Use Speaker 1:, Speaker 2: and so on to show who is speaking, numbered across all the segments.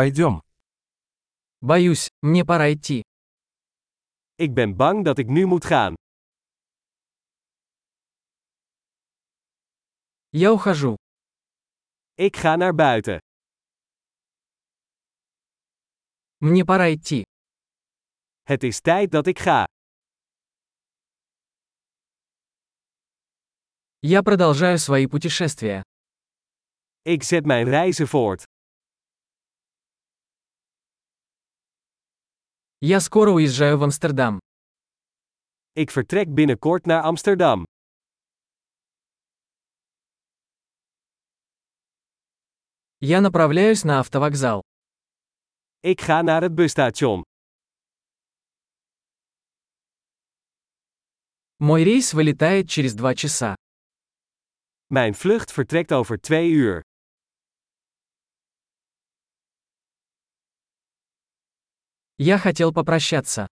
Speaker 1: Пойдем.
Speaker 2: Боюсь, мне пора идти.
Speaker 3: Ik ben bang dat ik nu moet gaan.
Speaker 2: Я ухожу.
Speaker 3: Ik ga naar buiten.
Speaker 2: Мне пора идти.
Speaker 3: Het is tijd dat ik ga.
Speaker 2: Я продолжаю свои путешествия.
Speaker 3: Ik zet mijn reizen voort.
Speaker 2: Я скоро уезжаю в Амстердам.
Speaker 3: Ik vertrek binnenkort naar Amsterdam.
Speaker 2: Я направляюсь на автовокзал.
Speaker 3: Ik ga naar het busstation.
Speaker 2: Мой рейс вылетает через два часа.
Speaker 3: Mijn vlucht vertrekt over twee uur.
Speaker 2: Я хотел попрощаться.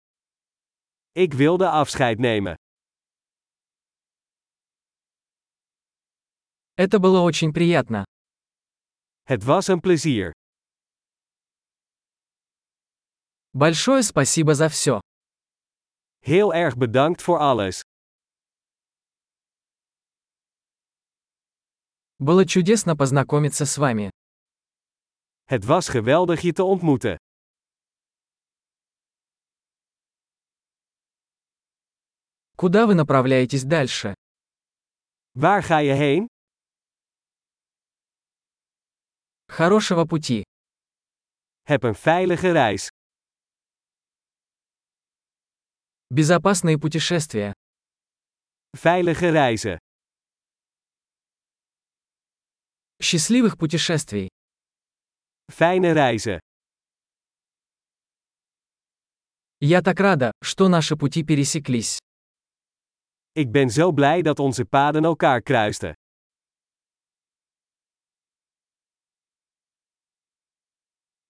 Speaker 3: Ik wilde afscheid nemen.
Speaker 2: Это было очень приятно.
Speaker 3: Het was een plezier.
Speaker 2: Большое спасибо за все.
Speaker 3: Heel erg bedankt voor alles.
Speaker 2: Было чудесно познакомиться с вами.
Speaker 3: Het was geweldig je te ontmoeten.
Speaker 2: Куда вы направляетесь дальше?
Speaker 3: Waar ga je heen?
Speaker 2: Хорошего пути.
Speaker 3: Heb een veilige reis.
Speaker 2: Безопасные путешествия.
Speaker 3: Veilige reizen.
Speaker 2: Счастливых путешествий.
Speaker 3: Fijne reizen.
Speaker 2: Я так рада, что наши пути пересеклись.
Speaker 3: Ik ben zo blij dat onze paden elkaar kruisten.